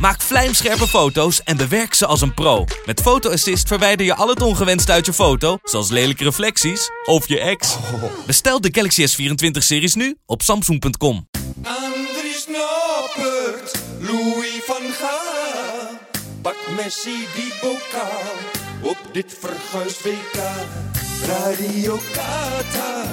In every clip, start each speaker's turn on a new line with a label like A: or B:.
A: Maak vlijmscherpe foto's en bewerk ze als een pro. Met Photo Assist verwijder je al het ongewenst uit je foto, zoals lelijke reflecties of je ex. Bestel de Galaxy S24-series nu op samsung.com.
B: Andries Noppert, Louis van Gaal. Pak Messi die bokaal op dit verguisd WK. Radio Qatar,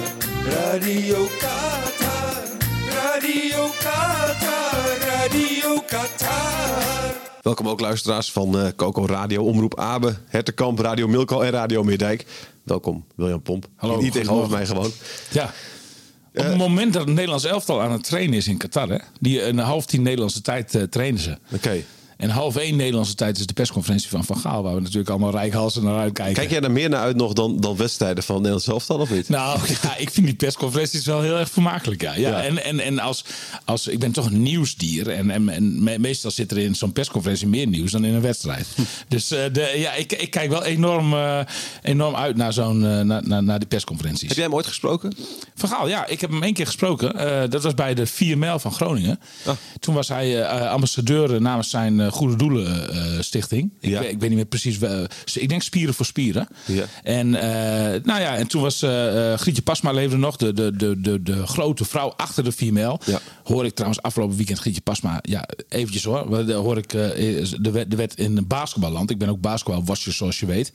B: Radio Qatar, Radio Qatar, Radio Qatar.
C: Welkom ook luisteraars van eh Coco Radio, Omroep Abe, Hertenkamp, Radio Milko en Radio Meerdijk. Welkom, William Pomp.
D: Hallo,
C: Niet tegenover mij gewoon.
D: Ja. Op
C: Eh,
D: het moment dat het Nederlands elftal aan het trainen is in Qatar, hè, die een half tien Nederlandse tijd eh, trainen ze.
C: Oké.
D: En half één Nederlandse tijd is de persconferentie van Van Gaal, waar we natuurlijk allemaal rijkhalsen naar uitkijken.
C: Kijk jij daar meer naar uit nog dan, dan wedstrijden van Nederland zelf dan of niet?
D: Nou ja, ik vind die persconferenties wel heel erg vermakelijk. Ja. Ja,
C: Ja.
D: En, en, en als, als ik ben toch een nieuwsdier. En, en, en me- meestal zit er in zo'n persconferentie meer nieuws dan in een wedstrijd.
C: Hm.
D: dus eh, de, ja, ik, ik kijk wel enorm, eh, enorm uit naar, zo'n, eh, naar, naar, naar die persconferenties.
C: Heb jij hem ooit gesproken?
D: Verhaal, ja. Ik heb hem één keer gesproken. Eh, dat was bij de 4 mijl van Groningen.
C: Ah.
D: Toen was hij eh, ambassadeur namens zijn eh, Goede Doelen eh, Stichting. Ik,
C: Ja.
D: weet, ik weet niet meer precies. wel- ik denk Spieren voor Spieren.
C: Ja.
D: En, eh, nou ja, en toen was eh, eh, Grietje Pasma leefde nog. De, de, de, de, de grote vrouw achter de 4 mijl.
C: Ja.
D: Hoor ik trouwens afgelopen weekend Grietje Pasma. Ja, eventjes hoor. Wel, daar Hoor ik eh, is- de, wet, de wet in een basketballand. Ik ben ook basketbalwatcher zoals je weet.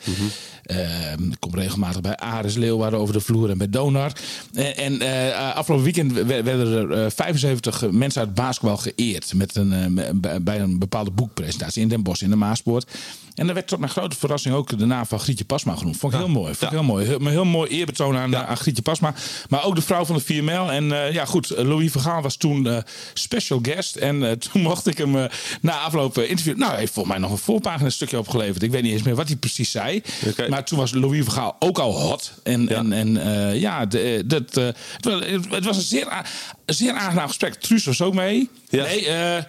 D: Ehm, ik kom regelmatig bij Ares Leeuwarden over de vloer en bij Donar. En, en eh, afgelopen weekend we- werden er eh, 75 mensen uit basketbal geëerd. Met een, eh, m- bij- bij een bepaalde boekpresentatie in Den Bosch in de Maaspoort. En daar werd tot mijn grote verrassing ook de naam van Grietje Pasma genoemd. Vond ik heel mooi. Vond ik heel mooi. Heel, een heel mooi eerbetoon aan, aan Grietje Pasma. Maar ook de vrouw van de 4 mijl. En eh, ja, goed, Louis Vergaal was toen eh, special guest. En eh, toen mocht ik hem eh, na afloop eh, interviewen. Nou, hij heeft volgens mij nog een voorpagina stukje opgeleverd. Ik weet niet eens meer wat hij precies zei.
C: Oké.
D: Maar toen was Louis Vergaal ook al hot. En ja, en, en, eh, ja de- eh, dat, eh, het, was, het was een zeer, a- een zeer aangenaam gesprek. Truus was ook mee.
C: Ja.
D: Nee, eh,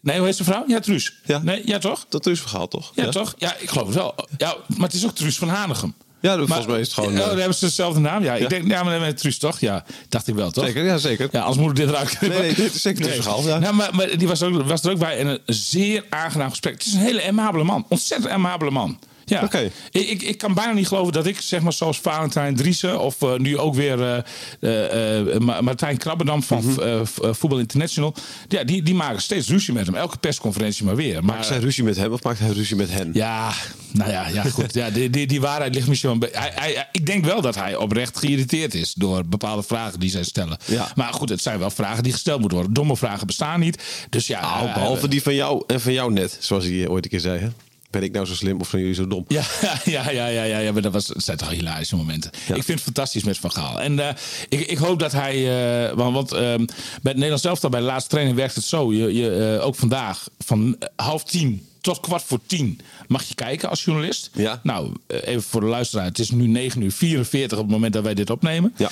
D: nee, hoe heet zijn vrouw? Ja, Truus.
C: Ja.
D: Nee, ja toch?
C: Dat is verhaal toch?
D: Ja, toch? Ja, ik geloof het wel. Ja, maar het is ook Truus van Hanegem.
C: Ja, dat- volgens mij is het gewoon,
D: Oh,
C: eh,
D: dan hebben ze dezelfde naam. Ja,
C: ja.
D: ik denk, ja, maar dan hebben we Truus toch? Ja, dacht ik wel, toch?
C: Zeker, ja, zeker.
D: Ja, als moet ik dit eruit knippen.
C: Nee, nee, dit is zeker Truus van Gaal, ja.
D: Nou, maar, maar die was, ook, was er ook bij. En een zeer aangenaam gesprek. Het is een hele amabele man. Ontzettend amabele man. Ja.
C: Oké.
D: Ik, ik, ik kan bijna niet geloven dat ik, zeg maar, zoals Valentijn Driessen... of eh, nu ook weer eh, eh, eh, Ma- Martijn Krabbendam van
C: Mhm.
D: eh, v- eh, Voetbal International... Ja, die, die maken steeds ruzie met hem. Elke persconferentie maar weer. Maar,
C: Maakt zij ruzie met hem of maakt hij ruzie met hen?
D: ja, nou ja, ja goed. Ja, die, die, die waarheid ligt misschien wel een be- hij, hij, hij- Ik denk wel dat hij oprecht geïrriteerd is door bepaalde vragen die zij stellen.
C: Ja.
D: Maar goed, het zijn wel vragen die gesteld moeten worden. Domme vragen bestaan niet. Dus ja,
C: Nou,
D: eh,
C: behalve die van jou en van jou net, zoals hij eh, ooit een keer zei. Hè? Ben ik nou zo slim of zijn jullie zo dom?
D: Ja, ja, ja, ja, ja, ja, maar dat, was, dat zijn toch hilarische momenten. Ik vind het fantastisch met Van Gaal. En eh, ik, ik hoop dat hij... eh, want want ehm, bij het Nederlands elftal, bij de laatste training werkt het zo. Je, je, eh, ook vandaag, van eh, half tien tot kwart voor tien mag je kijken als journalist.
C: Ja.
D: Nou, eh, even voor de luisteraar. Het is nu 9 uur 44 op het moment dat wij dit opnemen.
C: Ja.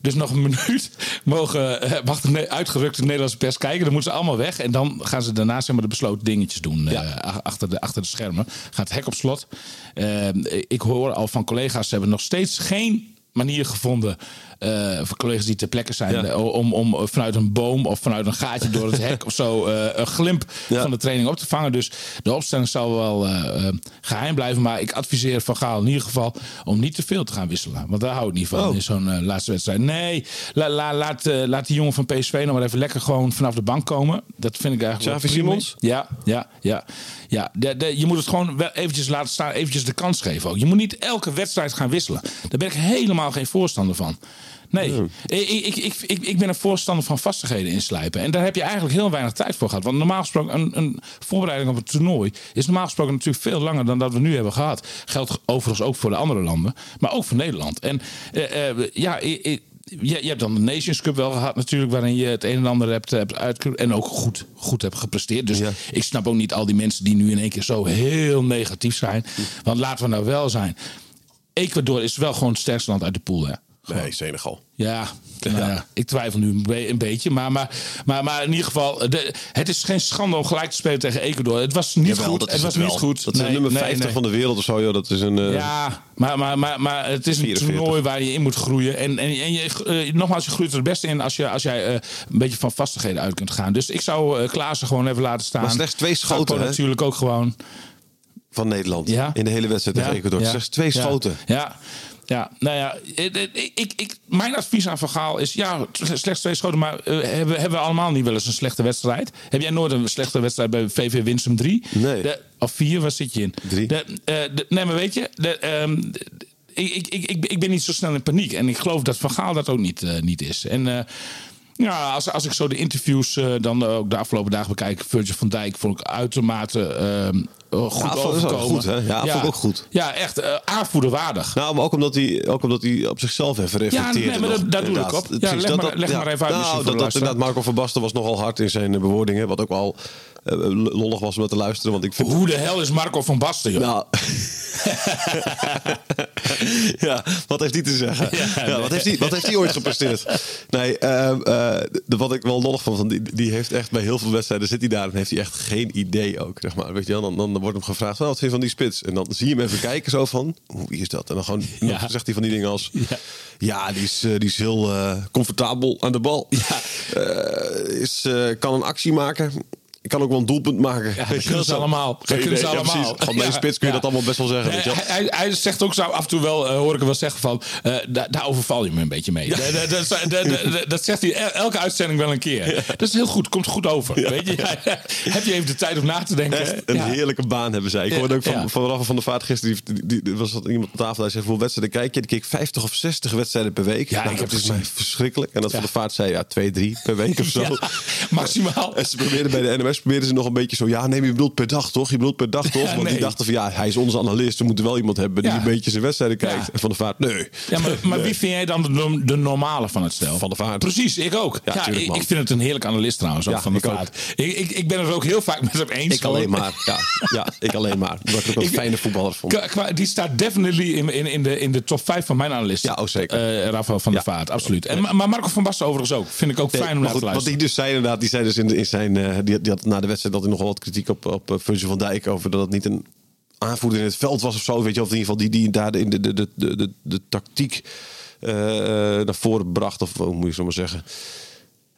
D: Dus nog een minuut mogen, eh, mag de ne- uitgerukte Nederlandse pers kijken. Dan moeten ze allemaal weg. En dan gaan ze daarna zeg maar, de besloten dingetjes doen. eh, a- achter, de, achter de schermen. Gaat het hek op slot. Eh, ik hoor al van collega's, ze hebben nog steeds geen manier gevonden... eh voor collega's die ter plekke zijn... eh, om, om vanuit een boom of vanuit een gaatje door het hek of zo... eh, een glimp
C: Ja.
D: van de training op te vangen. Dus de opstelling zal wel eh, eh, geheim blijven. Maar ik adviseer Van Gaal in ieder geval om niet te veel te gaan wisselen. Want daar hou ik niet van
C: Oh.
D: in zo'n eh, laatste wedstrijd. Nee, la- la- laat, eh, laat die jongen van PSV nog maar even lekker gewoon vanaf de bank komen. Dat vind ik eigenlijk wel
C: Xavi
D: prima.
C: Simons?
D: Ja, ja, ja. ja de, de- je moet het gewoon wel eventjes laten staan. Eventjes de kans geven ook. Je moet niet elke wedstrijd gaan wisselen. Daar ben ik helemaal geen voorstander van. Nee, ik, ik, ik, ik, ik ben een voorstander van vastigheden inslijpen. En daar heb je eigenlijk heel weinig tijd voor gehad. Want normaal gesproken, een, een voorbereiding op een toernooi is normaal gesproken natuurlijk veel langer dan dat we nu hebben gehad. Geldt overigens ook voor de andere landen, maar ook voor Nederland. En eh, eh, ja, ik- ik- je, je hebt dan de Nations Cup wel gehad natuurlijk, waarin je het een en ander hebt, eh, hebt uitge- En ook goed, goed hebt gepresteerd. Dus ik snap ook niet al die mensen die nu in één keer zo heel negatief zijn. Want laten we nou wel zijn. Ecuador is wel gewoon het sterkste land uit de pool, hè?
C: Nee, Senegal.
D: Ja, nou ja, ik twijfel nu een, be- een beetje. Maar, maar, maar, maar in ieder geval, de, het is geen schande om gelijk te spelen tegen Ecuador. Het was niet
C: Jawel,
D: goed.
C: dat
D: het
C: is
D: was
C: wel.
D: niet goed.
C: Dat is
D: Nee,
C: nummer
D: nee,
C: 50
D: nee.
C: van de wereld of zo, joh. Dat is een... eh,
D: Ja, maar, maar, maar, maar het is een
C: 44.
D: toernooi waar je in moet groeien. En, en, en je, eh, nogmaals, je groeit er het beste in als, je, als jij eh, een beetje van vastigheden uit kunt gaan. Dus ik zou eh, Klaassen gewoon even laten staan.
C: Maar slechts twee
D: Gakpo
C: schoten, hè?
D: natuurlijk ook gewoon.
C: Van Nederland.
D: Ja.
C: In de hele wedstrijd tegen Ecuador.
D: ja,
C: Slechts twee
D: ja,
C: schoten.
D: Ja. Ja, nou ja, ik, ik- ik, ik, mijn advies aan Van Gaal is... ja, slechts twee schoten, maar eh, hebben, hebben we allemaal niet wel eens een slechte wedstrijd? Heb jij nooit een slechte wedstrijd bij VV Winsum 3?
C: Nee.
D: De- of 4, waar zit je in?
C: Drie.
D: De, eh, de- nee, maar weet je, de, ehm, de- ik, ik, ik, ik, ik ben niet zo snel in paniek. En ik geloof dat Van Gaal dat ook niet, eh, niet is. En... eh, ja, als, als ik zo de interviews eh, dan ook de afgelopen dagen bekijk... Virgil van Dijk vond ik uitermate ehm, goed
C: Ja, vond ik ook
D: overkomen.
C: goed, hè? Ja, vond ik ook goed.
D: Ja, echt eh aanvoederwaardig.
C: Nou, maar ook omdat hij, ook omdat hij op zichzelf even reflecteerde.
D: nee, maar
C: nog,
D: dat- daar doe
C: inderdaad.
D: ik op. Ja,
C: Precies,
D: leg maar- leg maar even uit misschien
C: Nou, dat,
D: voor de
C: dat,
D: luisteraar.
C: inderdaad, Marco van Basten was nogal hard in zijn eh, bewoordingen. Wat ook wel eh, lollig was om naar te luisteren. Want ik vind
D: Hoe de hel is Marco van Basten, joh?
C: Nou. ja, wat heeft die te zeggen? Ja, wat, heeft die, wat heeft die ooit gepresteerd? Nee, ehm, eh, de- wat ik wel lollig vond, want die, die heeft echt bij heel veel wedstrijden zit hij daar en heeft hij echt geen idee ook. Zeg maar. Weet je wel, dan, dan wordt hem gevraagd: "Nou, wat vind je van die spits? En dan zie je hem even kijken, zo van: hoe wie is dat? En dan gewoon
D: Ja.
C: dan zegt hij van die dingen als: ja, die, is, eh, die is heel eh, comfortabel aan de bal. Eh, is, eh, kan een actie maken. Kan ook wel een doelpunt maken.
D: Ja,
C: Weet
D: dat
C: je
D: kunnen ze
C: wel, zo.
D: allemaal. Dat
C: Geen
D: kunnen ze
C: idee. Ja,
D: allemaal.
C: precies. Gewoon bij de
D: Ja,
C: spits kun je
D: ja.
C: dat allemaal best wel zeggen.
D: Nee,
C: weet je wel.
D: hij, hij, hij zegt ook zo af en toe wel, eh, hoor ik hem wel zeggen van, eh, da- daar overval je me een beetje mee. Da- da- da- da- da- da- da- dat zegt hij el- elke uitzending wel een keer. Dat is heel goed, komt goed over. Weet je? Heb je even de tijd om na te denken?
C: Echt een
D: Ja.
C: heerlijke baan hebben zij. Ik
D: Ja,
C: hoorde ook van,
D: ja.
C: van Rafa van der Vaart gisteren. Die, die, die- was dat iemand op tafel. Hij zei, hoeveel wedstrijden kijk je? Die keek 50 of 60 wedstrijden per week. Nou,
D: Ja, ik heb
C: dat is
D: gezien.
C: mij verschrikkelijk. En dat
D: Ja.
C: van der Vaart zei, ja, twee, drie per week of zo.
D: Ja, maximaal.
C: En ze probeerden bij de NMS probeerden ze nog een beetje zo... Ja, nee, maar je bedoelt per dag toch? Je bedoelt per dag toch?
D: Ja,
C: Want
D: nee.
C: die dachten van, ja, hij is onze analist. We moeten wel iemand hebben die
D: Ja.
C: een beetje zijn wedstrijden kijkt.
D: Ja.
C: En van der Vaart, nee.
D: Ja, maar, maar wie vind jij dan de, norm- de normale van het stel?
C: Van der Vaart.
D: Precies, ik ook. Ja,
C: Ja, tuurlijk,
D: ik,
C: man.
D: ik vind het een heerlijk analist trouwens, ook
C: Ja,
D: van der
C: ik ook.
D: Vaart. Ik, ik, ik ben het ook heel vaak met hem eens.
C: Ik alleen
D: hoor.
C: maar. Ja, ja, ik alleen maar. Omdat ik ook een
D: Ik-
C: fijne voetballer vond.
D: Qua- qua- die staat definitely in, in, in, de, in de top 5 van mijn analisten.
C: Ja, oh, zeker.
D: Eh, Rafael van der
C: Ja.
D: Vaart, absoluut. En, maar maar Marco van Basten overigens ook. Vind ik ook
C: Nee,
D: fijn om
C: maar
D: naar te
C: goed, Wat
D: luisteren.
C: hij dus zei inderdaad, die zei dus in, in zijn, eh, die, die had na de wedstrijd dat hij nogal wat kritiek op, op eh, Virgil van Dijk over dat het niet een aanvoerder in het veld was of zo, weet je, of in ieder geval die die daar in de, de, de, de, de, de tactiek eh, eh, naar voren bracht of hoe moet je zo maar zeggen.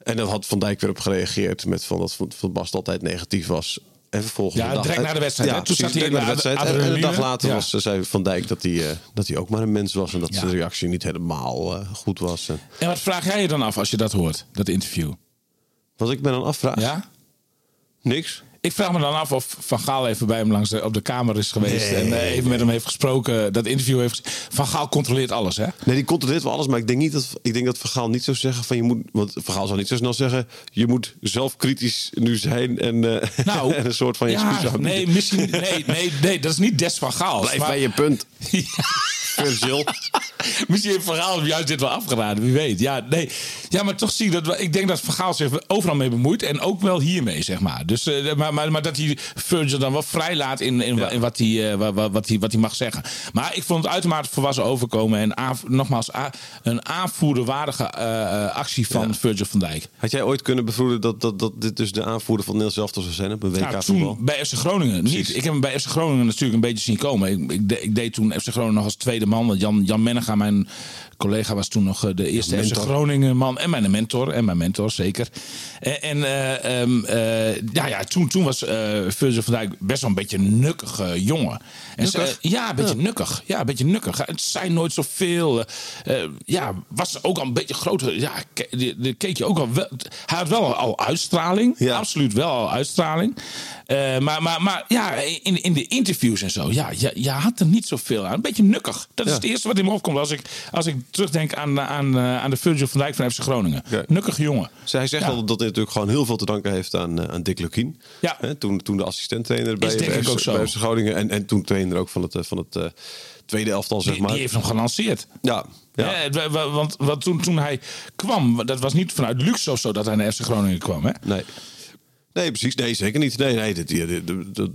C: En daar had Van Dijk weer op gereageerd met van dat Van, van Bast altijd negatief was. En vervolgens
D: Ja,
C: een dag-
D: direct na de wedstrijd,
C: Ja,
D: hè? Toen
C: precies,
D: zat hij
C: direct na de
D: in de
C: wedstrijd.
D: ad-
C: En- En een dag
D: adrenaline.
C: later
D: Ja.
C: was, zei Van Dijk dat hij, eh, dat hij ook maar een mens was en dat
D: Ja.
C: zijn reactie niet helemaal eh, goed was. En
D: En wat vraag jij je dan af als je dat hoort, dat interview?
C: wat ik me dan afvraag,
D: Ja?
C: niks.
D: Ik vraag me dan af of Van Gaal even bij hem langs de, op de kamer is geweest. en eh, even met hem heeft gesproken, dat interview heeft... gez- Van Gaal controleert alles, hè?
C: Nee, die controleert wel alles. Maar ik denk, niet dat, ik denk dat Vergaal niet zou zeggen van je moet. Want Vergaal zou niet zo snel zeggen. Je moet zelfkritisch nu zijn. En, eh,
D: Nou,
C: en een soort van je
D: ja,
C: excuus aanbieden.
D: nee, misschien, nee, nee, nee, dat is niet des van Gaal.
C: Blijf bij je punt. Virgil.
D: Misschien heeft Van Gaal hem juist dit wel afgeraden, wie weet. Ja, nee. ja maar toch zie ik dat... we- Ik denk dat Van Gaal zich overal mee bemoeit. En ook wel hiermee, zeg maar. Dus, eh, maar, maar, maar dat hij Virgil dan wel vrij laat in, in, wa- in wat, hij, eh, wa- wa- wat, hij, wat hij mag zeggen. Maar ik vond het uitermate volwassen overkomen. En aanv- nogmaals, a- een aanvoerderwaardige eh, eh, actie van Virgil van Dijk.
C: Had jij ooit kunnen bevroeden dat, dat, dat dit dus de aanvoerder van Nederland zelf zou zijn op een WK
D: Nou,
C: voetbal?
D: toen bij FC Groningen niet. Ik heb hem bij FC Groningen natuurlijk een beetje zien komen. Ik, ik, de- ik deed toen FC Groningen nog als tweede man. Want Jan, Jan Mennega, mijn collega, was toen nog eh, de eerste FC
C: mentor.
D: Groningen man. En mijn mentor. En mijn mentor, zeker. En, en eh, ehm, eh, ja, ja, toen, toen was eh Virgil van Dijk best wel een beetje een nukkige jongen. En ze- eh, ja, een beetje nukkig. Ja, een beetje nukkig. Het zei nooit zoveel. Eh, eh, ja, was ook al een beetje groter. Ja, ke- die- die keek je ook al wel. Hij had wel al uitstraling.
C: Ja.
D: Absoluut absoluut wel al uitstraling. Eh, maar, maar, maar ja, in, in de interviews en zo, ja, je, je had er niet zoveel aan. Een beetje nukkig. Dat is
C: Ja.
D: het eerste wat in me opkomt. Als als ik, als ik terugdenk aan, aan, eh, aan de Virgil van Dijk van FC Groningen.
C: Ja.
D: Nukkig jongen.
C: Zij zegt
D: Ja.
C: al dat dit natuurlijk gewoon heel veel te danken heeft aan, eh, aan Dick Lukien.
D: Ja.
C: Hè, toen, toen de assistenttrainer bij,
D: denk
C: bij,
D: ik
C: FC
D: ook zo.
C: bij FC Groningen. En, en toen trainer ook van het, eh, van het eh, tweede elftal, zeg
D: Die,
C: maar.
D: die heeft hem gelanceerd.
C: Ja, ja.
D: Ja. het wa- wa- want want toen, toen hij kwam, dat was niet vanuit luxe of zo dat hij naar FC Groningen kwam. Hè?
C: Nee. Nee, precies. Nee, zeker niet. Nee, nee, die, die, die,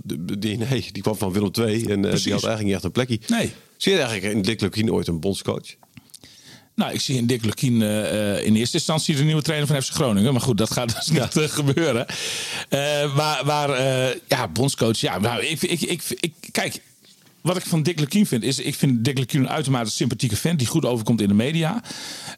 C: die- die- nee, die kwam van Willem II en eh,
D: Precies.
C: die had eigenlijk niet echt een plekje.
D: Nee.
C: Zie je eigenlijk in Dick Lukien ooit een bondscoach?
D: Nou, ik zie in Dick Lukien eh, eh, in eerste instantie de nieuwe trainer van FC Groningen. Maar goed, dat gaat dus niet eh, gebeuren. Eh, maar maar eh, ja, bondscoach. Ja, nou, ik, ik, ik, ik, kijk, wat ik van Dick Lukien vind, is ik vind Dick Lukien een uitermate sympathieke vent. Die goed overkomt in de media.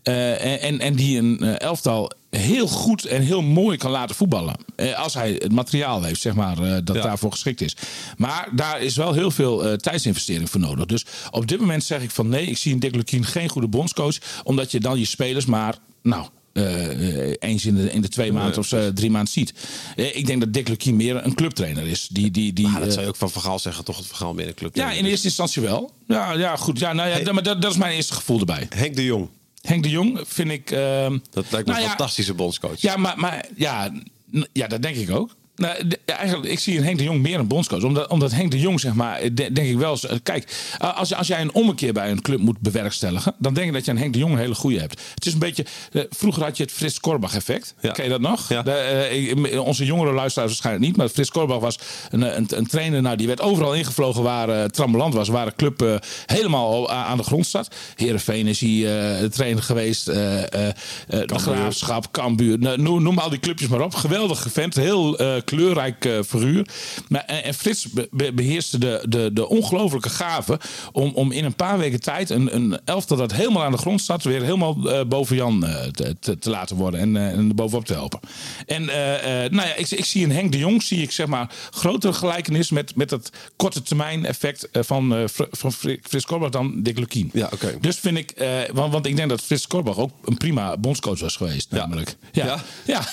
D: Eh, en, en die een eh, elftal heel goed en heel mooi kan laten voetballen. Eh, als hij het materiaal heeft, zeg maar, eh, dat
C: Ja.
D: daarvoor geschikt is. Maar daar is wel heel veel eh, tijdsinvestering voor nodig. Dus op dit moment zeg ik van nee, ik zie in Dick Lukien geen goede bondscoach. Omdat je dan je spelers maar, nou... eh, eh, eens in de, in de twee maanden of eh, drie maanden ziet. Eh, ik denk dat Dick Lukien meer een clubtrainer is. Die, die, die,
C: Ah, dat
D: eh,
C: zou je ook van Vergaal zeggen, toch? Het Vergaal meer een club.
D: ja, in eerste instantie wel. Ja, ja goed. Ja, nou ja,
C: Hey.
D: Maar dat, dat is mijn eerste gevoel erbij.
C: Henk de Jong.
D: Henk de Jong vind ik... ehm,
C: Dat lijkt me
D: nou
C: een
D: ja,
C: fantastische bondscoach.
D: Ja, maar, maar ja, n- ja, dat denk ik ook. Nou, de- ja, eigenlijk, ik zie in Henk de Jong meer een bondscoach. Omdat, omdat Henk de Jong, zeg maar, eh, de- denk ik wel... eens, eh, Kijk, eh, als, je- als jij een ommekeer bij een club moet bewerkstelligen... dan denk ik dat je aan Henk de Jong een hele goede hebt. Het is een beetje... eh, vroeger had je het Frits Korbach-effect.
C: Ja.
D: Ken je dat nog?
C: Ja.
D: De- eh, ik- m- onze jongere luisteraars waarschijnlijk niet. Maar Frits Korbach was een, eh, een, een trainer. Nou, die werd overal ingevlogen waar eh Trambeland was. Waar de club eh, helemaal al a- aan de grond staat. Herenveen is hij eh, trainer geweest. eh, eh, eh, de Graafschap, Cambuur. Nou, noem, noem al die clubjes maar op. Geweldige vent. Heel eh, kleurrijk eh, figuur. Maar, en, en Frits eh, be- be- beheerste de, de, de ongelofelijke gave. Om, om in een paar weken tijd een, een elftal dat helemaal aan de grond staat. weer helemaal eh, boven Jan eh, te, te, te laten worden. En, eh, en er bovenop te helpen. En eh, eh, nou ja, ik, ik zie in Henk de Jong. zie ik zeg maar grotere gelijkenis. met, met dat korte termijn effect eh, van, eh, Fr- van Fri- Frits Korbach dan Dick Lukien.
C: Ja, oké.
D: Dus vind ik, eh, want, want ik denk dat Frits Korbach ook een prima bondscoach was geweest, namelijk. Ja. Ja.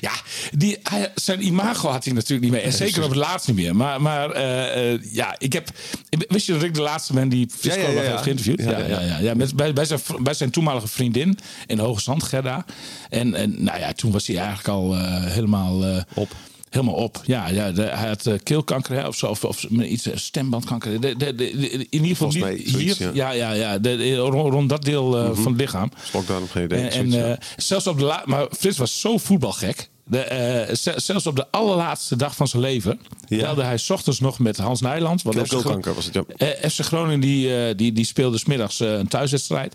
D: Ja. die, hij- zijn imago had hij natuurlijk niet meer. En zeker op het laatst niet meer. Maar, maar eh, eh, ja, ik heb. Wist je dat ik de laatste ben die Frits
C: Ja, ja,
D: Korbach
C: ja, ja.
D: heeft geïnterviewd?
C: Ja,
D: Ja,
C: ja,
D: ja, ja. ja, met, bij, bij, zijn, vr- bij zijn toenmalige vriendin in Hoge Zand, Gerda. En, en nou ja, toen was hij eigenlijk al eh, helemaal. eh,
C: Op.
D: Helemaal op. Ja, ja de- hij had eh, keelkanker hè, of zo. Of, of iets, eh, stembandkanker. De- de- de- de- in ieder geval
C: Volgens
D: die-
C: mij zoiets,
D: hier.
C: ja.
D: Ja, ja, ja. De, de- rond, rond dat deel
C: Mhm.
D: eh, van het lichaam.
C: Slokdarm, geen idee.
D: En, en,
C: Zoiets, ja.
D: eh, zelfs op de la- maar Frits was zo voetbalgek. De, eh, ze- zelfs op de allerlaatste dag van zijn leven.
C: Ja.
D: belde hij 's ochtends nog met Hans Nijland. want
C: Ook
D: FC Gro-
C: keelkanker was het, ja.
D: eh, FC Groningen die, eh, die, die speelde smiddags middags een thuiswedstrijd.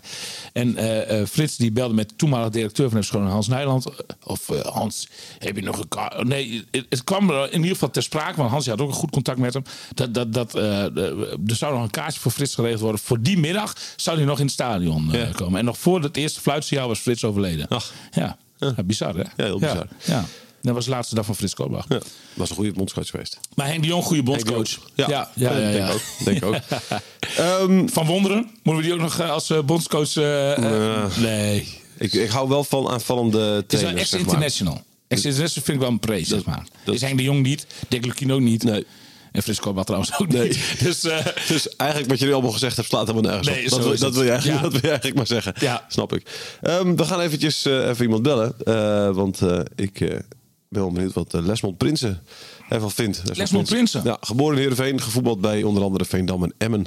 D: En eh, eh, Frits die belde met toenmalig directeur van FC Groningen, Hans Nijland. Of eh, Hans, heb je nog een ka- Nee, het, het kwam er in ieder geval ter sprake. Want Hans had ook een goed contact met hem. Dat, dat, dat, eh, de- er zou nog een kaartje voor Frits geregeld worden. Voor die middag zou hij nog in het stadion eh, komen. En nog voor het eerste fluitsignaal was Frits overleden.
C: Ach.
D: Ja. Ja, bizar hè? Ja,
C: heel bizar.
D: Ja, Dat was de laatste dag van Frits Korbach.
C: Ja, was een goede bondscoach geweest.
D: Maar Henk de Jong, goede bondscoach.
C: Ja,
D: ja,
C: ja,
D: ja, ja,
C: denk
D: ja.
C: ook. Denk ook. Ehm,
D: Van Wonderen? Moeten we die ook nog eh, als eh, bondscoach... eh, eh, nee.
C: ik, ik hou wel van aanvallende
D: Het is wel
C: trainers,
D: echt
C: zeg maar.
D: international. Echt international vind ik wel een prees, zeg maar.
C: dat-
D: is Henk de Jong niet. Dick Lukien ook niet.
C: Nee.
D: En Frisco Bal trouwens ook
C: Nee.
D: niet. Dus eh,
C: Dus eigenlijk wat jullie allemaal gezegd hebben, slaat helemaal nergens
D: Nee,
C: op.
D: zo
C: Dat, wil-
D: is
C: dat,
D: het.
C: wil je eigenlijk,
D: Ja.
C: dat wil je eigenlijk maar zeggen.
D: Ja.
C: Snap ik. Ehm, we gaan eventjes eh, even iemand bellen. Eh, want eh, ik eh, ben wel benieuwd wat eh, Lesmond Prinsen ervan vindt.
D: Lesmond Prinsen?
C: Ja, geboren in Heerenveen, gevoetbald bij onder andere Veendam en Emmen.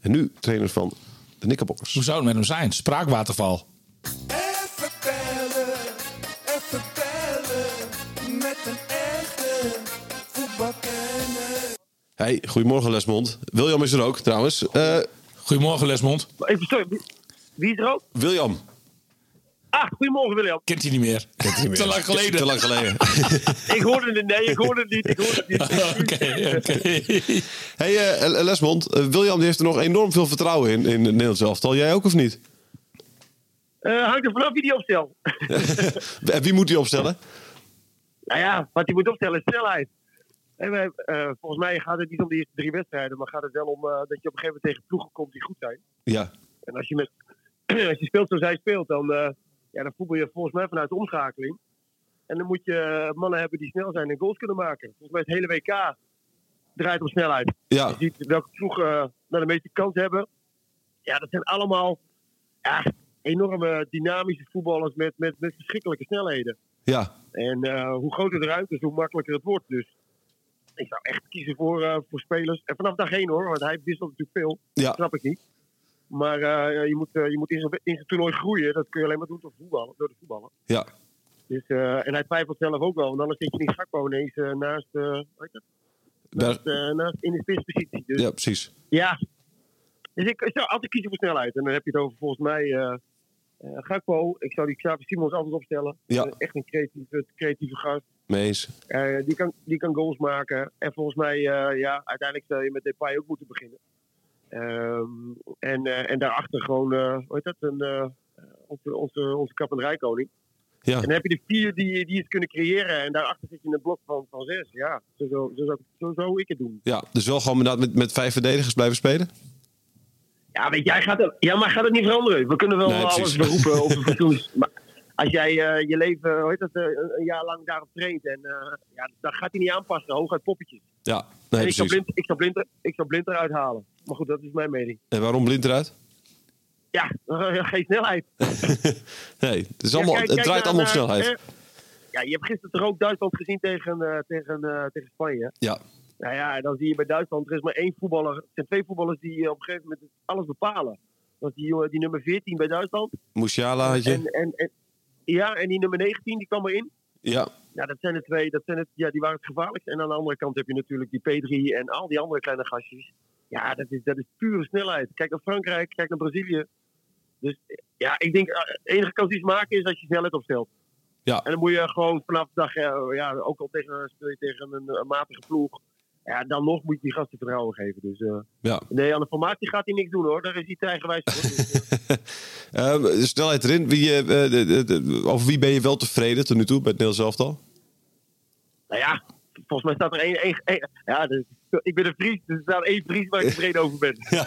C: En nu trainer van de Nikkerbokkers.
D: hoe zou het met hem zijn? Spraakwaterval.
B: Even bellen, even bellen met een echte voetbalkenner.
C: Hey, goedemorgen Lesmond. William is er ook trouwens. Eh,
D: Goedemorgen, Lesmond.
E: Even, sorry, wie- wie is er ook?
C: William.
E: Ah, goedemorgen William.
D: Kent hij niet meer. Te lang geleden.
C: Te lang geleden.
E: Ik hoorde het, nee, ik hoorde het niet, ik hoorde het niet.
D: Oké, oké.
C: hey eh, Lesmond, eh, William die heeft er nog enorm veel vertrouwen in, in het Nederlands elftal. Jij ook of niet?
E: Eh, hangt er vanaf wie die opstelt.
C: En wie moet die opstellen?
E: nou ja, wat hij moet opstellen is snelheid. En wij, eh, volgens mij gaat het niet om de eerste drie wedstrijden, maar gaat het wel om eh, dat je op een gegeven moment tegen ploegen komt die goed zijn.
C: Ja.
E: En als je, met, als je speelt zoals hij speelt, dan, eh, ja, dan voetbal je volgens mij vanuit de omschakeling. En dan moet je eh, mannen hebben die snel zijn en goals kunnen maken. Volgens mij het hele WK draait om snelheid.
C: Ja, Oh.
E: Je ziet welke ploegen eh, nou de meeste kans hebben. Ja, dat zijn allemaal ja, enorme dynamische voetballers met, met, met verschrikkelijke snelheden.
C: Ja,
E: En eh, hoe groter de ruimte is, hoe makkelijker het wordt. Dus ik zou echt kiezen voor, eh, voor spelers. En vanaf dag heen hoor, want hij wisselt natuurlijk veel.
C: Ja.
E: Dat snap ik niet. Maar eh, je, moet, eh, je moet in zo'n- in zijn toernooi groeien. Dat kun je alleen maar doen door, voetballen, door de voetballen.
C: ja.
E: Dus, eh, en hij twijfelt zelf ook wel. Want anders zit je niet Gakpo ineens eh, naast, eh, hoe heet dat?
C: Daar,
E: Eh, naast in de spitspositie. Dus
C: ja, precies.
E: ja. Dus ik zou altijd kiezen voor snelheid. En dan heb je het over volgens mij eh eh, Gakpo. Ik zou die Xavi Simons altijd opstellen.
C: Ja.
E: Eh, Echt een creatieve, creatieve gast.
C: Mee eens.
E: Eh, die, kan, die kan goals maken. En volgens mij, eh, ja, uiteindelijk zou je met Depay ook moeten beginnen. Ehm, en, eh, en daarachter gewoon, eh, hoe heet dat, een, eh, onze, onze, onze kap- en rijkoning.
C: Ja.
E: En dan heb je de vier die, die het kunnen creëren. En daarachter zit je in een blok van, van zes. Ja, zo, zo, zo, zou ik- zo zou ik het doen.
C: Ja, dus wel gewoon inderdaad met, met vijf verdedigers blijven spelen?
E: Ja, weet jij gaat het, ja, maar gaat het niet veranderen. We kunnen wel
C: Nee, precies.
E: alles beroepen op de fatsoens. Maar als jij eh, je leven, hoe heet dat, eh, een- een jaar lang daarop traint. En eh, ja, dan gaat hij niet aanpassen. Hooguit poppetjes.
C: Ja, nee,
E: en ik
C: precies.
E: zou, blind, ik, zou blind, er- ik zou blind eruit halen. Maar goed, dat is mijn mening.
C: En waarom blind eruit?
E: Ja, geen snelheid.
C: Nee, het, is allemaal,
E: Ja, kijk-
C: het
E: kijk
C: draait allemaal
E: naar-
C: op
E: naar,
C: snelheid.
E: eh, ja, je hebt gisteren toch ook Duitsland gezien tegen, eh, tegen, eh, tegen Spanje.
C: ja,
E: Nou ja, dan zie je bij Duitsland, er is maar één voetballer. Er zijn twee voetballers die eh, op een gegeven moment alles bepalen. Dat is die, jongen- die nummer 14 bij Duitsland.
C: Musiala had Dus je.
E: En, en, en, ja, en die nummer 19 die kwam erin.
C: ja,
E: Ja, dat zijn de twee, dat zijn het, ja, die waren het gevaarlijkst. En aan de andere kant heb je natuurlijk die P3 en al die andere kleine gastjes. Ja, dat is, dat is pure snelheid. Kijk naar Frankrijk, kijk naar Brazilië. Dus ja, ik denk, eh, de enige kans die ze maken is als je snelheid opstelt.
C: Ja.
E: En dan moet je gewoon vanaf de dag, eh, ja, ook al tegen, speel je tegen een, eh, matige ploeg. Ja, dan nog moet je die gasten vertrouwen geven. Dus eh,
C: ja.
E: nee, aan de formatie gaat hij niks doen hoor. Daar is hij te eigenwijs voor. Dus, eh,
C: Ehm, de snelheid erin. Wie, eh, eh, de- de- de- over wie ben je wel tevreden tot nu toe bij het Nederlands elftal?
E: Nou ja, volgens mij staat er één. één, één- ja, dus, ik ben een Fries, dus er staat één Fries waar ik tevreden over ben.
C: Ja,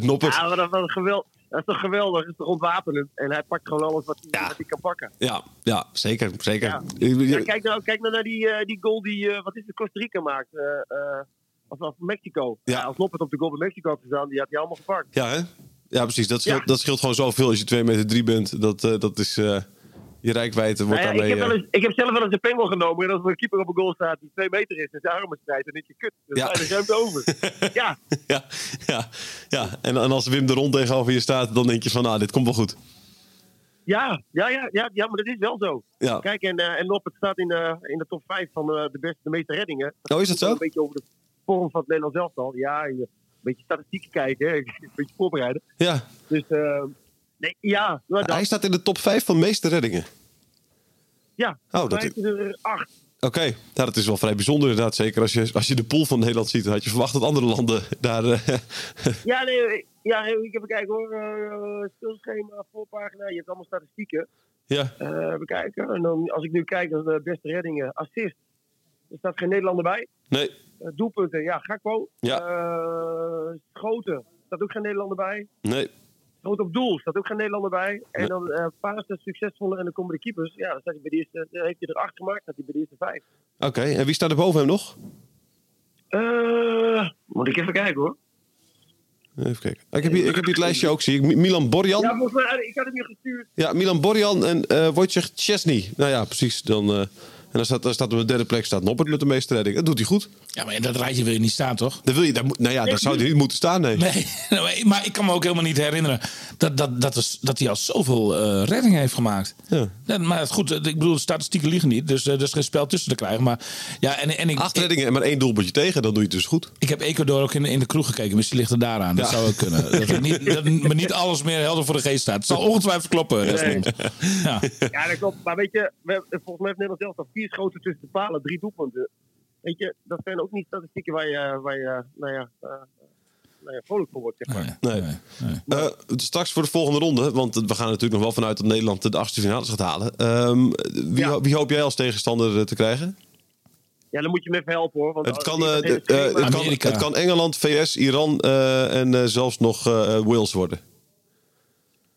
C: Noppert.
E: Ja, maar dat, was geweld, dat is toch geweldig? Dat is toch ontwapenend? En hij pakt gewoon alles wat hij, wat hij kan pakken.
C: Ja, ja zeker. zeker.
E: Ja.
C: Ik- ik-
E: Ja, kijk nou, kijk nou naar die, eh, die goal die eh, wat is het, Costa Rica maakt. eh eh, of, of Mexico.
C: Ja.
E: Ja. als Loppet op de goal bij Mexico had gestaan, die had hij allemaal gepakt.
C: ja, hè? ja, precies. Dat scheelt,
E: Ja.
C: dat scheelt gewoon zoveel als je 2 meter 3 bent. Dat, eh, dat is, eh, je rijkwijde wordt
E: Nou ja, ik,
C: daarmee...
E: heb wel
C: eh,
E: eens, ik heb zelf wel eens de pengel genomen. En als er een keeper op een goal staat die twee meter is en zijn armen strijdt, dan is je kut. Dan
C: Ja.
E: zijn er ruimte over. ja,
C: ja, ja, ja. En, en als Wim de Rond tegenover je staat, dan denk je van, nou, dit komt wel goed.
E: ja, ja, ja, ja, ja, maar dat is wel zo.
C: Ja.
E: Kijk, en, eh en Loppet staat in de, in de top 5 van eh, de, beste, de meeste reddingen.
C: Oh, is dat zo?
E: Een beetje over de vorm van het Nederlands elftal. Ja, en een beetje statistieken kijken. hè. Een beetje voorbereiden.
C: Ja.
E: Dus eh, nee, ja, nou, dat,
C: Hij staat in de top 5 van de meeste reddingen.
E: ja.
C: Oh, dat
E: Vijf is er acht.
C: Oké, nou, dat is wel vrij bijzonder inderdaad. Zeker als je, als je de pool van Nederland ziet, dan had je verwacht dat andere landen daar... eh,
E: Ja, nee, ja, ik heb kijken hoor. Eh, stilschema, voorpagina. Je hebt allemaal statistieken.
C: ja,
E: Eh even kijken. En dan, als ik nu kijk naar de beste reddingen. Assist. Er staat geen Nederlander bij.
C: nee,
E: Eh, doelpunten, ja, Gakpo.
C: Ja.
E: Eh, schoten. staat ook geen Nederlander bij.
C: nee.
E: Groot op doel, staat ook geen Nederlander bij. En
C: Nee.
E: dan eh Pasen succesvoller en dan komen de keepers. Ja, dan staat hij bij de eerste, dan heeft hij er acht gemaakt, staat hij bij de eerste vijf.
C: Oké, en wie staat er boven hem nog?
E: Eh, moet ik even kijken hoor.
C: Even kijken. Ah, Ik heb hier, ik heb hier het lijstje ook, zie ik. Mi- Milan Borjan.
E: Ja,
C: Ja,
E: volgens mij, eh, ik had hem je gestuurd.
C: Milan Borjan en eh Wojciech Chesney. Nou ja, precies. Dan, eh, en dan staat, dan staat op de derde plek staat Noppert met de meeste redding. Dat doet hij goed.
D: Ja, maar in dat rijtje wil je niet staan, toch?
C: Dan wil je, daar, moet- nou ja, daar zou hij niet moeten staan, nee.
D: Nee, nee, maar ik kan me ook helemaal niet herinneren dat, dat, dat, is, dat hij al zoveel eh reddingen heeft gemaakt.
C: Ja.
D: Ja, maar goed, eh, ik bedoel, de statistieken liegen niet, dus eh, er is geen spel tussen te krijgen. Maar ja, en, en ik,
C: Acht
D: ik,
C: reddingen en maar één doelpuntje tegen, dan doe je het dus goed.
D: ik heb Ecuador ook in, in de kroeg gekeken, misschien ligt het daaraan. Dat
C: Ja.
D: zou ook kunnen. Dat, er niet, dat me niet alles meer helder voor de geest staat. Het zal ongetwijfeld kloppen, Desmond. Ja.
E: Ja, dat klopt. Maar weet je, we, hebben- eh, volgens mij heeft Nederland zelf al vier schoten tussen de palen, drie doelpunten. Weet je, dat zijn ook niet statistieken waar je, waar je nou ja, eh, nou ja, vrolijk voor wordt, zeg maar.
C: Nee. Eh, straks voor de volgende ronde, want we gaan natuurlijk nog wel vanuit dat Nederland de achtste finales gaat halen. Ehm, wie,
E: Ja.
C: ho- wie hoop jij als tegenstander eh, te krijgen?
E: Ja, dan moet je me even helpen hoor. Want
C: Het
E: als-
C: kan,
E: ik-
C: eh,
E: dat hele
C: de- eh,
E: schema-
C: het, kan,
D: Amerika.
C: het kan Engeland, VS, Iran eh, en eh, zelfs nog eh, Wales worden.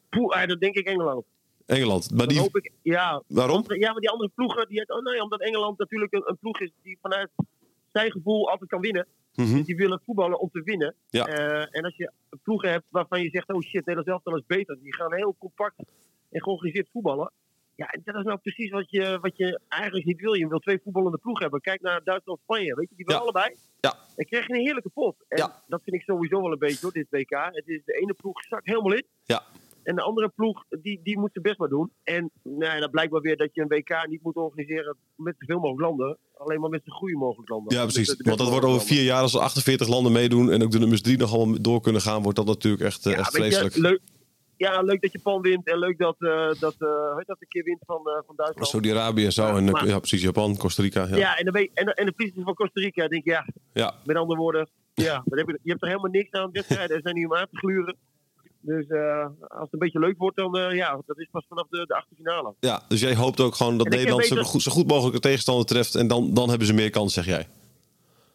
E: Poeh, eh, dat denk ik Engeland.
C: Engeland. Maar
E: Dan
C: die,
E: hoop ik, ja,
C: waarom?
E: Ja, maar die andere ploegen, die het, oh nee, omdat Engeland natuurlijk een, een ploeg is die vanuit zijn gevoel altijd kan winnen.
C: Mhm.
E: Dus die willen voetballen om te winnen.
C: Ja.
E: Eh, en als je ploegen hebt waarvan je zegt, oh shit, Nederland zelf is beter. Die gaan heel compact en georganiseerd voetballen. Ja, en dat is nou precies wat je, wat je eigenlijk niet wil. Je wil twee voetballende ploegen hebben. Kijk naar Duitsland en Spanje, weet je, die willen
C: Ja.
E: allebei.
C: Ja.
E: Dan krijg je een heerlijke pot. En
C: Ja.
E: dat vind ik sowieso wel een beetje hoor, dit WK. Het is, de ene ploeg zakt helemaal in.
C: Ja.
E: En de andere ploeg, die, die moet ze best maar doen. En nou ja, dat blijkt wel weer dat je een WK niet moet organiseren met zoveel mogelijk landen. Alleen maar met zo goede mogelijk landen.
C: Ja,
E: Met
C: precies.
E: de- de best
C: Want dat wordt
E: mogelijke
C: over
E: landen.
C: vier jaar, als er 48 landen meedoen en ook de nummers drie nog allemaal door kunnen gaan, wordt dat natuurlijk echt, eh, echt
E: weet je,
C: vreselijk.
E: leuk, ja, leuk dat Japan wint. En leuk dat, eh dat, eh, hoe heet dat een keer wint van, eh, van Duitsland.
C: Saudi-Arabië zou en eh,
E: Maar-
C: ja, precies Japan, Costa Rica. Ja,
E: ja.
C: ja.
E: en dan weet en, en de verliezen van Costa Rica. denk je, ja, met andere woorden. Ja, wat heb je, je hebt er helemaal niks aan. Wedstrijden er zijn niet om aan te gluren. Dus eh, als het een beetje leuk wordt, dan eh, ja, dat is pas vanaf de, de achterfinale.
C: Ja, dus jij hoopt ook gewoon dat
E: En ik heb
C: Nederland zo
E: beter-
C: goed, zo goed mogelijk een tegenstander treft en dan, dan hebben ze meer kans, zeg jij.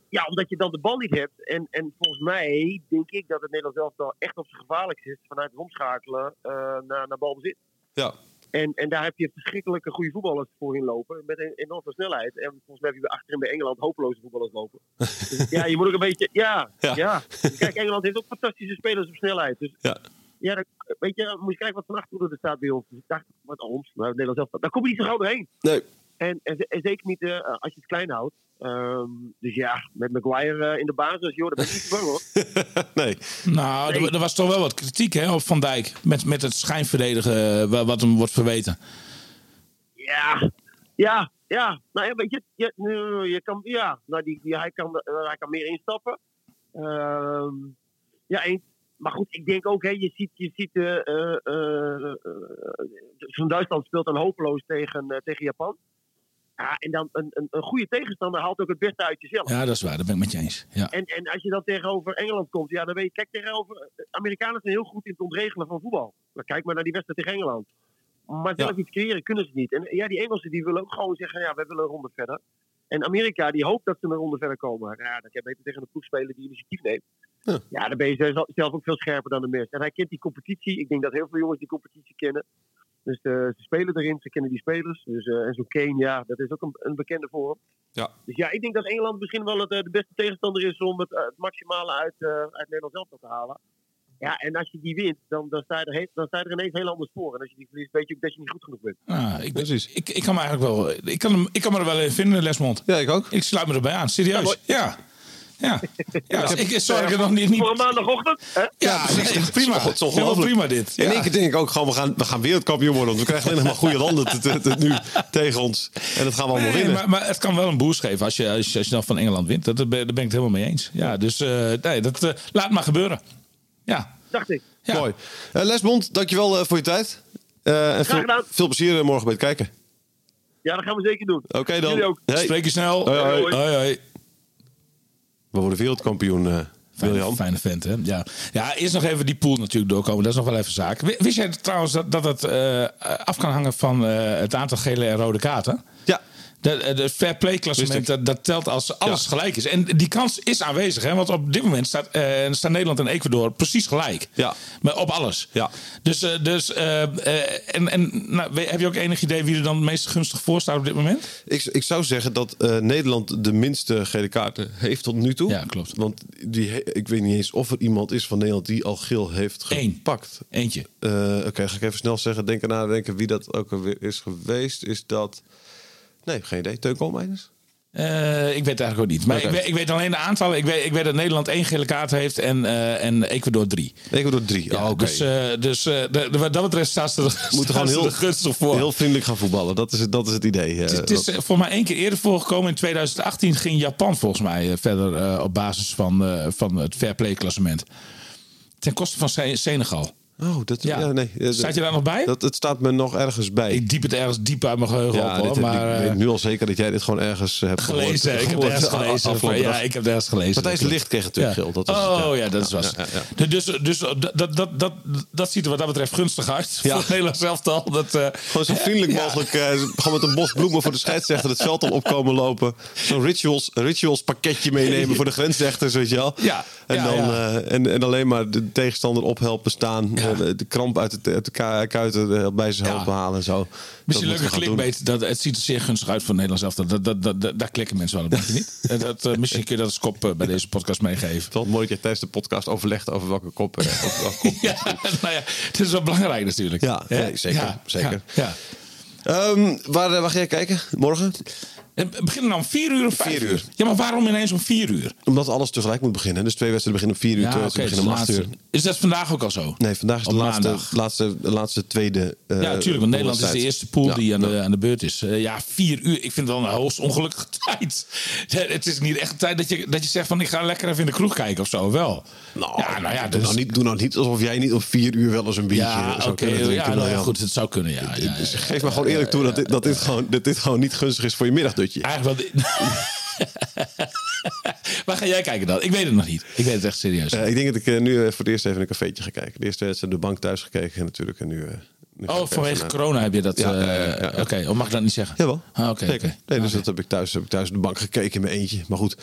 E: Ja, omdat je dan de bal niet hebt. En, en volgens mij denk ik dat het Nederlands elftal echt op zijn gevaarlijkst is vanuit het omschakelen eh, naar, naar balbezit.
C: Ja,
E: En, en daar heb je verschrikkelijke goede voetballers voor in lopen. Met een enorme snelheid. En volgens mij hebben we achterin bij Engeland hopeloze voetballers lopen. Dus ja, je moet ook een beetje. Ja,
C: Ja.
E: ja. Kijk, Engeland heeft ook fantastische spelers op snelheid. Dus
C: Ja.
E: ja dan, weet je, dan moet je kijken wat van achteren er staat bij ons. Dus ik dacht, wat ons? Nou, Nederland zelf. Daar kom je niet zo gauw doorheen.
C: nee.
E: En, en, ze- en zeker niet eh, als je het klein houdt. Ehm, dus ja, met Maguire eh, in de basis, joh, daar ben ik niet bang hoor.
C: nee.
D: Nou, er-
E: Nee.
D: er, was toch wel wat kritiek hè, op Van Dijk. Met, met het schijnverdedigen eh, wa- wat hem wordt verweten.
E: Ja, ja, ja. Nou ja, weet je, je, eh, je kan, ja, nou, die, die, hij, kan, eh, hij kan meer instappen. Ehm, ja, en, maar goed, ik denk ook, hè, je ziet, je ziet eh, eh, eh, eh, zo'n Duitsland speelt dan hopeloos tegen, eh, tegen Japan. Ja, en dan een, een, een goede tegenstander haalt ook het beste uit jezelf.
D: Ja, dat is waar. Dat ben ik met je eens. Ja.
E: En, en als je dan tegenover Engeland komt, ja, dan weet je, kijk tegenover. eh, Amerikanen zijn heel goed in het ontregelen van voetbal. Maar kijk maar naar die wedstrijd tegen Engeland. Maar zelf iets creëren kunnen ze niet. En ja, die Engelsen die willen ook gewoon zeggen, ja, we willen een ronde verder. En Amerika die hoopt dat ze een ronde verder komen. Ja, dan kan je beter tegen een ploeg spelen die initiatief neemt.
C: Ja.
E: Ja. dan ben je zelf- zelf ook veel scherper dan de mist. En hij kent die competitie. Ik denk dat heel veel jongens die competitie kennen. Dus eh, ze spelen erin, ze kennen die spelers. Dus, eh, en zo'n Kane, ja, dat is ook een, een bekende voor hem.
C: Ja.
E: Dus ja, ik denk dat Engeland misschien wel het, eh, de beste tegenstander is om het, eh, het maximale uit, eh, uit Nederland zelf te halen. Ja, en als je die wint, dan, dan, sta je er he- dan sta je er ineens heel anders voor. En als je die verliest, weet je ook dat je niet goed genoeg bent.
D: Nou, ik, ben-
C: Precies.
D: ik, ik kan me eigenlijk wel. Ik kan, hem, ik kan me er wel in vinden, Lesmond.
C: Ja, ik ook.
D: Ik sluit me erbij aan, serieus. Ja. Ja. ja. dus ik sorry, ik heb nog niet. niet
E: Voor een maandagochtend, hè?
D: ja, nee, prima.
C: Het is
D: Helemaal
C: ongelooflijk.
D: prima dit.
C: In
D: Ja.
C: één keer denk ik ook gewoon, we gaan, we gaan wereldkampioen worden. Want we krijgen alleen nog maar goede landen te, te- te- nu tegen ons. En dat gaan we allemaal
D: Nee,
C: winnen.
D: maar, maar het kan wel een boost geven als je, als je, als je dan van Engeland wint. Dat, daar ben daar ben ik het helemaal mee eens. Ja, dus eh, nee, dat, eh, laat maar gebeuren. Ja.
E: Dacht ik.
D: ja.
C: Mooi. Eh, Lesbond, dankjewel eh, voor je tijd. Eh, en veel,
E: gedaan.
C: veel plezier eh, morgen bij het kijken.
E: Ja, dat gaan we zeker doen.
C: Oké dan.
E: Jullie ook.
C: Hey,
D: Spreek je snel.
C: Hoi, hoi.
D: hoi, hoi.
C: We worden wereldkampioen, eh
D: Fijne,
C: William.
D: fijne vent, hè? Ja. ja, eerst nog even die pool natuurlijk doorkomen. Dat is nog wel even zaak. W- Wist jij trouwens dat dat het eh, af kan hangen van eh, het aantal gele en rode kaarten?
C: Ja,
D: De, eh, de fair play
C: Wist ik.
D: klassement, dat, dat telt als alles
C: Ja.
D: gelijk is. En die kans is aanwezig, hè? want op dit moment staat, eh, staan Nederland en Ecuador precies gelijk.
C: Ja.
D: Maar op alles.
C: Ja.
D: Dus, eh, dus eh, eh, en, en nou, we- heb je ook enig idee wie er dan het meest gunstig voor staat op dit moment?
C: ik, ik zou zeggen dat eh, Nederland de minste gele kaarten heeft tot nu toe.
D: Ja, klopt.
C: Want die, he- ik weet niet eens of er iemand is van Nederland die al geel heeft
D: Eén.
C: gepakt.
D: Eentje.
C: Eh, Oké, ga ik even snel zeggen. Denken nadenken wie dat ook alweer is geweest. Is dat... Nee, geen idee. Teun Koolmeijers?
D: Eh, ik weet het eigenlijk ook niet. Maar
C: Oké.
D: ik, weet, ik weet alleen de aantallen. Ik weet, ik weet dat Nederland één gele kaart heeft en, eh, en Ecuador drie.
C: Ecuador 3.
D: Ja,
C: oh, oké.
D: Dus, eh, dus eh, de- de- wat dat betreft staat ze er,
C: moeten
D: staan
C: gewoon
D: ze
C: heel,
D: er gunstig voor.
C: heel vriendelijk gaan voetballen. Dat is het, dat is het idee. eh,
D: Het is
C: dat-
D: eh, voor mij één keer eerder voorgekomen. In 2018 ging Japan volgens mij eh, verder eh, op basis van, eh, van het fair play klassement. Ten koste van Se- Senegal.
C: oh, dat, ja.
D: Ja.
C: nee, eh,
D: Staat je daar nog bij?
C: Dat, het staat me nog ergens bij.
D: Ik diep het ergens diep uit mijn geheugen
C: ja, dit
D: op hoor.
C: heb-
D: Maar
C: ik
D: eh,
C: weet nu al zeker dat jij dit gewoon ergens eh, hebt
D: gelezen.
C: gehoord.
D: ik heb het ergens
C: gehoord,
D: gelezen.
C: eh, afgelopen
D: ja,
C: dag.
D: ik heb het ergens gelezen.
C: Matthijs
D: Dat
C: Licht kreeg
D: klopt.
C: natuurlijk geel. Dat was het,
D: oh ja, dat was
C: ja, ja.
D: Dus, dus dat, dat, dat, dat ziet er wat dat betreft gunstig uit.
C: Ja.
D: Voor het Nederlands elftal. Dat, eh,
C: Gewoon zo vriendelijk
D: Ja.
C: mogelijk. eh, gewoon met een bos bloemen voor de scheidsrechter het veld op opkomen lopen. Zo'n rituals, rituals pakketje meenemen voor de grensrechters, weet je wel.
D: Ja,
C: En,
D: ja,
C: dan,
D: ja.
C: eh, en, en alleen maar de tegenstander ophelpen staan.
D: Ja,
C: eh, de kramp uit de, uit de ku- kuiten eh, bij zich
D: Ja.
C: helpen halen en zo.
D: Misschien
C: Dat moeten
D: leuke
C: we gaan doen.
D: clickbait. Dat, het ziet er zeer gunstig uit voor het Nederlands elftal. Dat, dat, dat, dat- daar klikken mensen wel op, denk je niet? Eh, dat, eh, misschien kun je dat als kop eh, bij deze podcast meegeven.
C: Het is wel mooi dat je tijdens de podcast overlegt over welke kop. eh, over welke kop.
D: Ja, nou ja, het is wel belangrijk natuurlijk.
C: Ja,
D: Hè?
C: nee, zeker, zeker.
D: Ja, ja.
C: Ehm, waar, eh, waar ga jij kijken? Morgen?
D: En we beginnen dan om vier uur of vijf
C: Vier
D: uur.
C: uur.
D: Ja, maar waarom ineens om vier uur?
C: Omdat alles tegelijk moet beginnen. Dus twee wedstrijden beginnen om vier uur,
D: Ja,
C: twee wedstrijden
D: dat is
C: beginnen om
D: laatste.
C: acht uur.
D: Is dat vandaag ook al zo?
C: Nee, vandaag is de
D: Op
C: laatste,
D: maandag.
C: laatste, laatste tweede. eh,
D: ja, natuurlijk. Want Nederland is de
C: wedstrijd.
D: eerste pool
C: Ja.
D: die aan de, aan de beurt is. Eh, ja, vier uur. Ik vind het wel een hoogst ongelukkige tijd. Het is niet echt een tijd dat je, dat je zegt van... ik ga lekker even in de kroeg kijken of zo. Wel.
C: Nou,
D: ja, nou ja,
C: doe,
D: dus-
C: nou niet, doe nou niet alsof jij niet om vier uur wel eens een biertje
D: Ja,
C: zou
D: oké.
C: kunnen drinken.
D: ja, nou ja,
C: Brian.
D: goed, het zou kunnen, ja. ja, ja, ja.
C: Geef maar gewoon eerlijk toe dat dit, dat dit, gewoon, dat dit gewoon niet gunstig is voor je middagdutje.
D: Eigenlijk wel... Waar ga jij kijken dan? Ik weet het nog niet. Ik weet het echt serieus.
C: Eh, ik denk dat ik eh, nu eh, voor het eerst even een cafeetje ga kijken. De eerste wedstrijd op de bank thuis gekeken natuurlijk. En nu, eh, nu ga ik
D: oh,
C: even
D: vanwege
C: naar-
D: corona heb je dat...
C: Ja,
D: eh,
C: ja, ja, ja.
D: Oké, of mag ik dat niet zeggen?
C: Jawel.
D: Ah, oké,
C: Zeker.
D: oké.
C: Nee, dus dat heb ik, thuis, heb ik thuis op de bank gekeken in mijn eentje. Maar goed,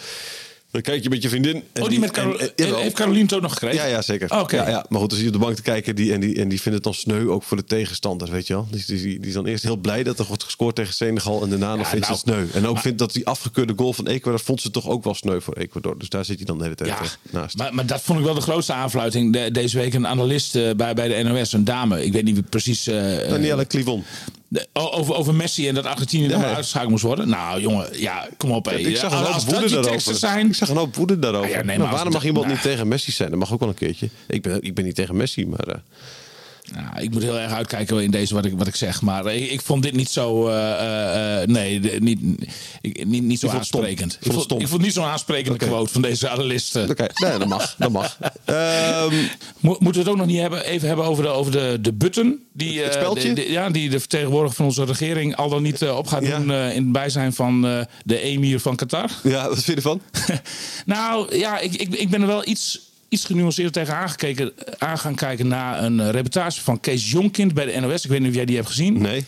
C: dan kijk je met je vriendin. en
D: Oh, die met Carol-
C: en- eh, jawel.
D: heeft Caroline het ook nog gekregen?
C: Ja, ja, zeker.
D: Oké.
C: Ja, ja. Maar goed, dan zit je op de bank te kijken die, en, die, en die vindt het dan sneu ook voor de tegenstander, weet je wel. Dus Die, die, die is dan eerst heel blij dat er wordt gescoord tegen Senegal en daarna nog vindt ze het
D: nou,
C: sneu. En ook vindt dat die afgekeurde goal van Ecuador, vond ze toch ook wel sneu voor Ecuador. Dus daar zit je dan de hele tijd
D: Ja,
C: eh, naast.
D: maar, maar dat vond ik wel de grootste aanfluiting. De- deze week een analist eh, bij, bij de NOS, een dame. Ik weet niet wie precies... eh,
C: Danielle Clivon.
D: de- o- over, over Messi en dat Argentinië nog
C: Nou, Ja,
D: maar
C: ja.
D: uitgeschakeld moest worden. Nou, jongen, ja, kom op. hé.
C: Ik zag
D: als
C: een hoop
D: eh, als dat
C: woede
D: die
C: daarover.
D: teksten zijn...
C: Ik zag een hoop woede daarover.
D: Ah ja, nee,
C: maar
D: maar als
C: waarom
D: het-
C: mag iemand
D: nou.
C: niet tegen Messi zijn? Dat mag ook wel een keertje. Ik ben, ik ben niet tegen Messi, maar... eh,
D: Nou, ik moet heel erg uitkijken in deze wat ik, wat ik zeg. Maar ik, ik vond dit niet zo. eh, eh, nee, de- niet, ik, niet, niet zo
C: vond het stom.
D: aansprekend.
C: Je vond
D: Ik
C: het
D: vond,
C: stom.
D: ik vond niet zo'n aansprekende quote van deze analisten.
C: Oké, nee, dat mag. Dat mag. Ehm,
D: Mo- moeten we het ook nog niet hebben, even hebben over de, over de, de button. Die, eh,
C: Het speldje?
D: de- de- ja, die de vertegenwoordiger van onze regering al dan niet eh, op gaat
C: Ja.
D: doen eh, in het bijzijn van eh, de emir van Qatar.
C: ja, wat vind je ervan?
D: nou ja, ik, ik, ik ben er wel iets, iets genuanceerder tegen aangekeken, eh, aan gaan kijken na een eh, reportage van Kees Jonkind bij de NOS. Ik weet niet of jij die hebt gezien.
C: Nee.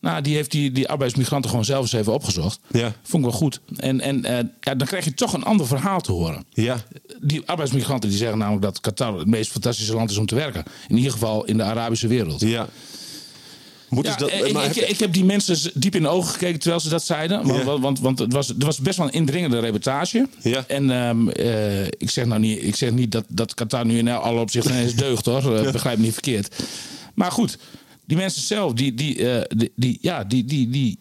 D: Nou, die heeft die, die arbeidsmigranten gewoon zelf eens even opgezocht.
C: Ja.
D: Vond ik wel goed. En, en eh, ja, dan krijg je toch een ander verhaal te horen.
C: Ja.
D: Die arbeidsmigranten die zeggen namelijk dat Qatar het meest fantastische land is om te werken. In ieder geval in de Arabische wereld.
C: Ja. Moeten
D: Ja, eh,
C: ze dat...
D: ik,
C: maar
D: ik,
C: heb-
D: ik heb die mensen z- diep in de ogen gekeken terwijl ze dat zeiden. Want,
C: Ja.
D: want, want, want het, was, het was best wel een indringende reportage.
C: Ja.
D: En ehm, eh, ik zeg nou niet, ik zeg niet dat, dat Qatar nu in alle opzichten ineens deugt hoor. Eh, Begrijp me niet verkeerd. Maar goed, die mensen zelf, die, die, eh, die, die- ja, die, die, die,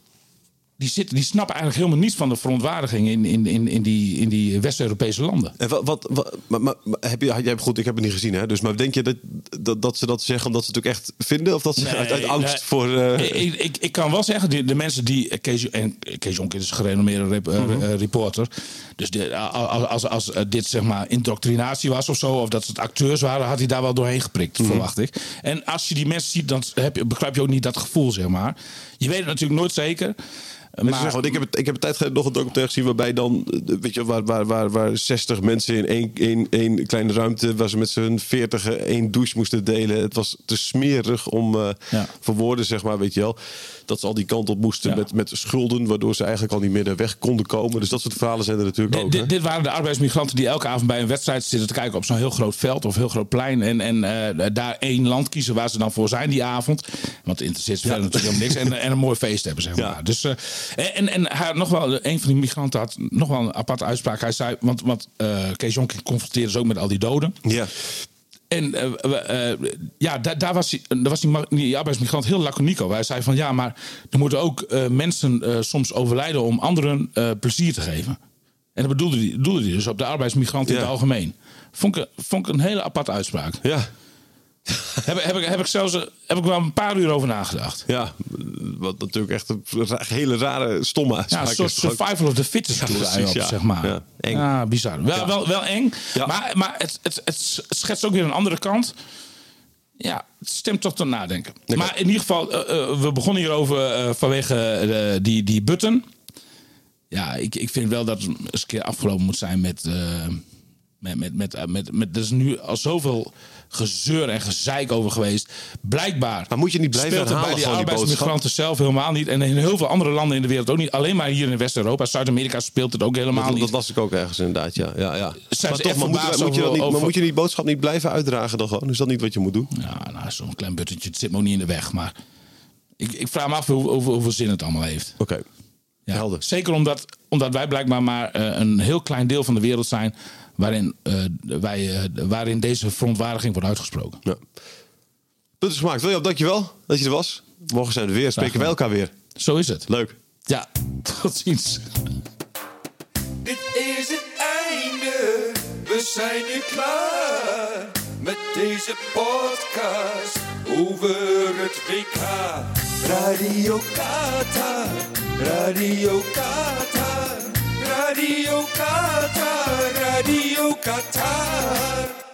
D: die, zitten, die snappen eigenlijk helemaal niets van de verontwaardiging in, in, in, in die, in die West-Europese landen.
C: En wat, wat, wat- maar, maar, maar heb je, had jij goed, ik heb het niet gezien, hè? Dus, maar denk je dat, dat, dat ze dat zeggen omdat ze het ook echt vinden? Of dat ze uit, uit
D: Nee,
C: angst
D: nee.
C: voor... eh,
D: Ik- ik, ik, ik kan wel zeggen, de, de mensen die... eh, Kees, en Kees Jonk is een gerenommeerde rep- eh,
C: Mhm.
D: eh, reporter. Dus de, als, als, als eh, dit zeg maar indoctrinatie was of zo... of dat het acteurs waren, had hij daar wel doorheen geprikt,
C: Mhm.
D: verwacht ik. En als je die mensen ziet, dan heb je, begrijp je ook niet dat gevoel, zeg maar. Je weet het natuurlijk nooit zeker...
C: Ze zeggen, want ik heb, het- ik heb een tijd geleden nog een documentaire gezien waarbij dan, eh, weet je, waar, waar, waar, waar 60 mensen in één, één, één kleine ruimte, waar ze met z'n 40 één douche moesten delen. Het was te smerig om eh
D: Ja.
C: voor woorden, zeg maar, weet je wel. Dat ze al die kant op moesten
D: Ja.
C: met, met schulden, waardoor ze eigenlijk al niet meer daar weg konden komen. Dus dat soort verhalen zijn er natuurlijk
D: Dit-
C: ook. hè?
D: dit, dit waren de arbeidsmigranten die elke avond bij een wedstrijd zitten te kijken op zo'n heel groot veld of heel groot plein. En, en eh, daar één land kiezen waar ze dan voor zijn die avond. Want het interesseert ze verder natuurlijk helemaal niks. En, en een mooi feest hebben, zeg maar. Dus, eh, en en hij had nog wel, een van die migranten had nog wel een aparte uitspraak. Hij zei, want, want eh, Kees Jonk confronteerde ze ook met al die doden.
C: Ja.
D: En eh, we- eh, ja, daar, daar was, die, eh, daar was die, ma- die arbeidsmigrant heel laconiek over. Hij zei van ja, maar er moeten ook eh, mensen eh, soms overlijden om anderen eh, plezier te geven. En dat bedoelde hij, bedoelde hij dus op de arbeidsmigrant in
C: Ja.
D: het algemeen. Vond ik, vond ik een hele aparte uitspraak.
C: Ja.
D: heb, heb, ik, heb ik zelfs eh, heb ik wel een paar uur over nagedacht.
C: Ja, wat natuurlijk echt een ra- hele rare, stomme
D: Ja,
C: uitspraak
D: een soort
C: is. Gewoon-
D: survival of the fittest doet hij
C: precies,
D: op,
C: ja.
D: zeg maar.
C: Ja, eng.
D: Ah, bizar. Wel, wel, wel eng.
C: Ja.
D: Maar, maar het, het, het schetst ook weer een andere kant. Ja, het stemt toch tot nadenken. Maar in ieder geval, eh, eh, we begonnen hierover eh, vanwege eh, die, die button. Ja, ik, ik vind wel dat het eens een keer afgelopen moet zijn met... eh, Met, met, met, eh, met, met, er is nu al zoveel gezeur en gezeik over geweest. Blijkbaar.
C: Maar moet je niet blijven
D: speelt het bij
C: herhalen
D: die
C: gewoon die
D: arbeidsmigranten zelf helemaal niet. En in heel veel andere landen in de wereld ook niet. Alleen maar hier in West-Europa, Zuid-Amerika speelt het ook helemaal
C: Dat,
D: niet.
C: dat las ik ook ergens inderdaad, ja. ja, ja.
D: Zijn
C: maar toch,
D: ze echt
C: maar moet,
D: verbaasd
C: je- moet je dat
D: over-
C: niet, maar
D: over-
C: moet je die boodschap niet blijven uitdragen dan gewoon? Is dat niet wat je moet doen?
D: Ja, nou, zo'n klein buttentje het zit me ook niet in de weg. Maar ik, ik vraag me af hoe, hoe- hoeveel zin het allemaal heeft.
C: Oké,
D: Ja.
C: helder.
D: Zeker omdat, omdat wij blijkbaar maar eh, een heel klein deel van de wereld zijn... waarin, eh, wij, eh, waarin deze verontwaardiging wordt uitgesproken.
C: Ja. Punt is gemaakt. William, dankjewel dat je er was. Morgen zijn we er weer. Spreken wij elkaar weer.
D: Zo is het.
C: Leuk.
D: Ja, tot ziens.
B: Dit is het einde, we zijn nu klaar met deze podcast over het WK. Radio Qatar, Radio Qatar, Radio Qatar, Radio Qatar.